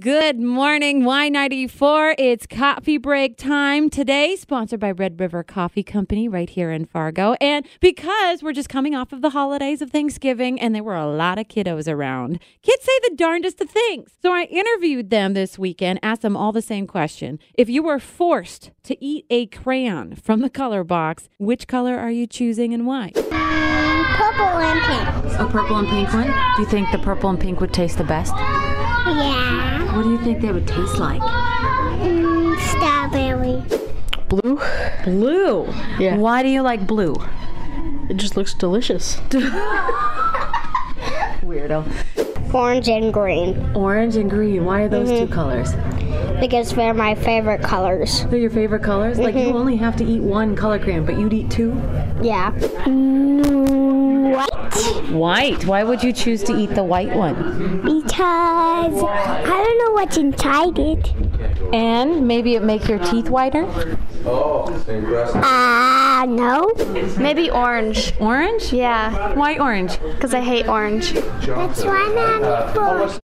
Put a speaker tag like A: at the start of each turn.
A: Good morning, Y94. It's coffee break time today, sponsored by Red River Coffee Company right here in Fargo. And because we're just coming off of the holidays of Thanksgiving and there were a lot of kiddos around, kids say the darndest of things. So I interviewed them this weekend, asked them all the same question. If you were forced to eat a crayon from the color box, which color are you choosing and why?
B: Purple and pink.
C: A purple and pink one? Do you think the purple and pink would taste the best?
B: Yeah.
C: What do you think they would taste like?
B: Mm, strawberry.
D: blue.
C: Blue.
D: Yeah.
C: Why do you like blue?
D: It just looks delicious.
C: Weirdo.
B: Orange and green.
C: Orange and green. Why are those two colors?
B: Because they're my favorite colors.
C: They're your favorite colors? Like you only have to eat one color crayon, but you'd eat two?
B: Yeah. Mm, White.
C: White. Why would you choose to eat the white one?
B: Because I don't know what's inside it.
C: And maybe it make your teeth whiter?
B: Ah, uh, no.
E: Maybe orange.
C: Orange?
E: Yeah,
C: Why orange?
E: because I hate orange.
B: That's why I'm for.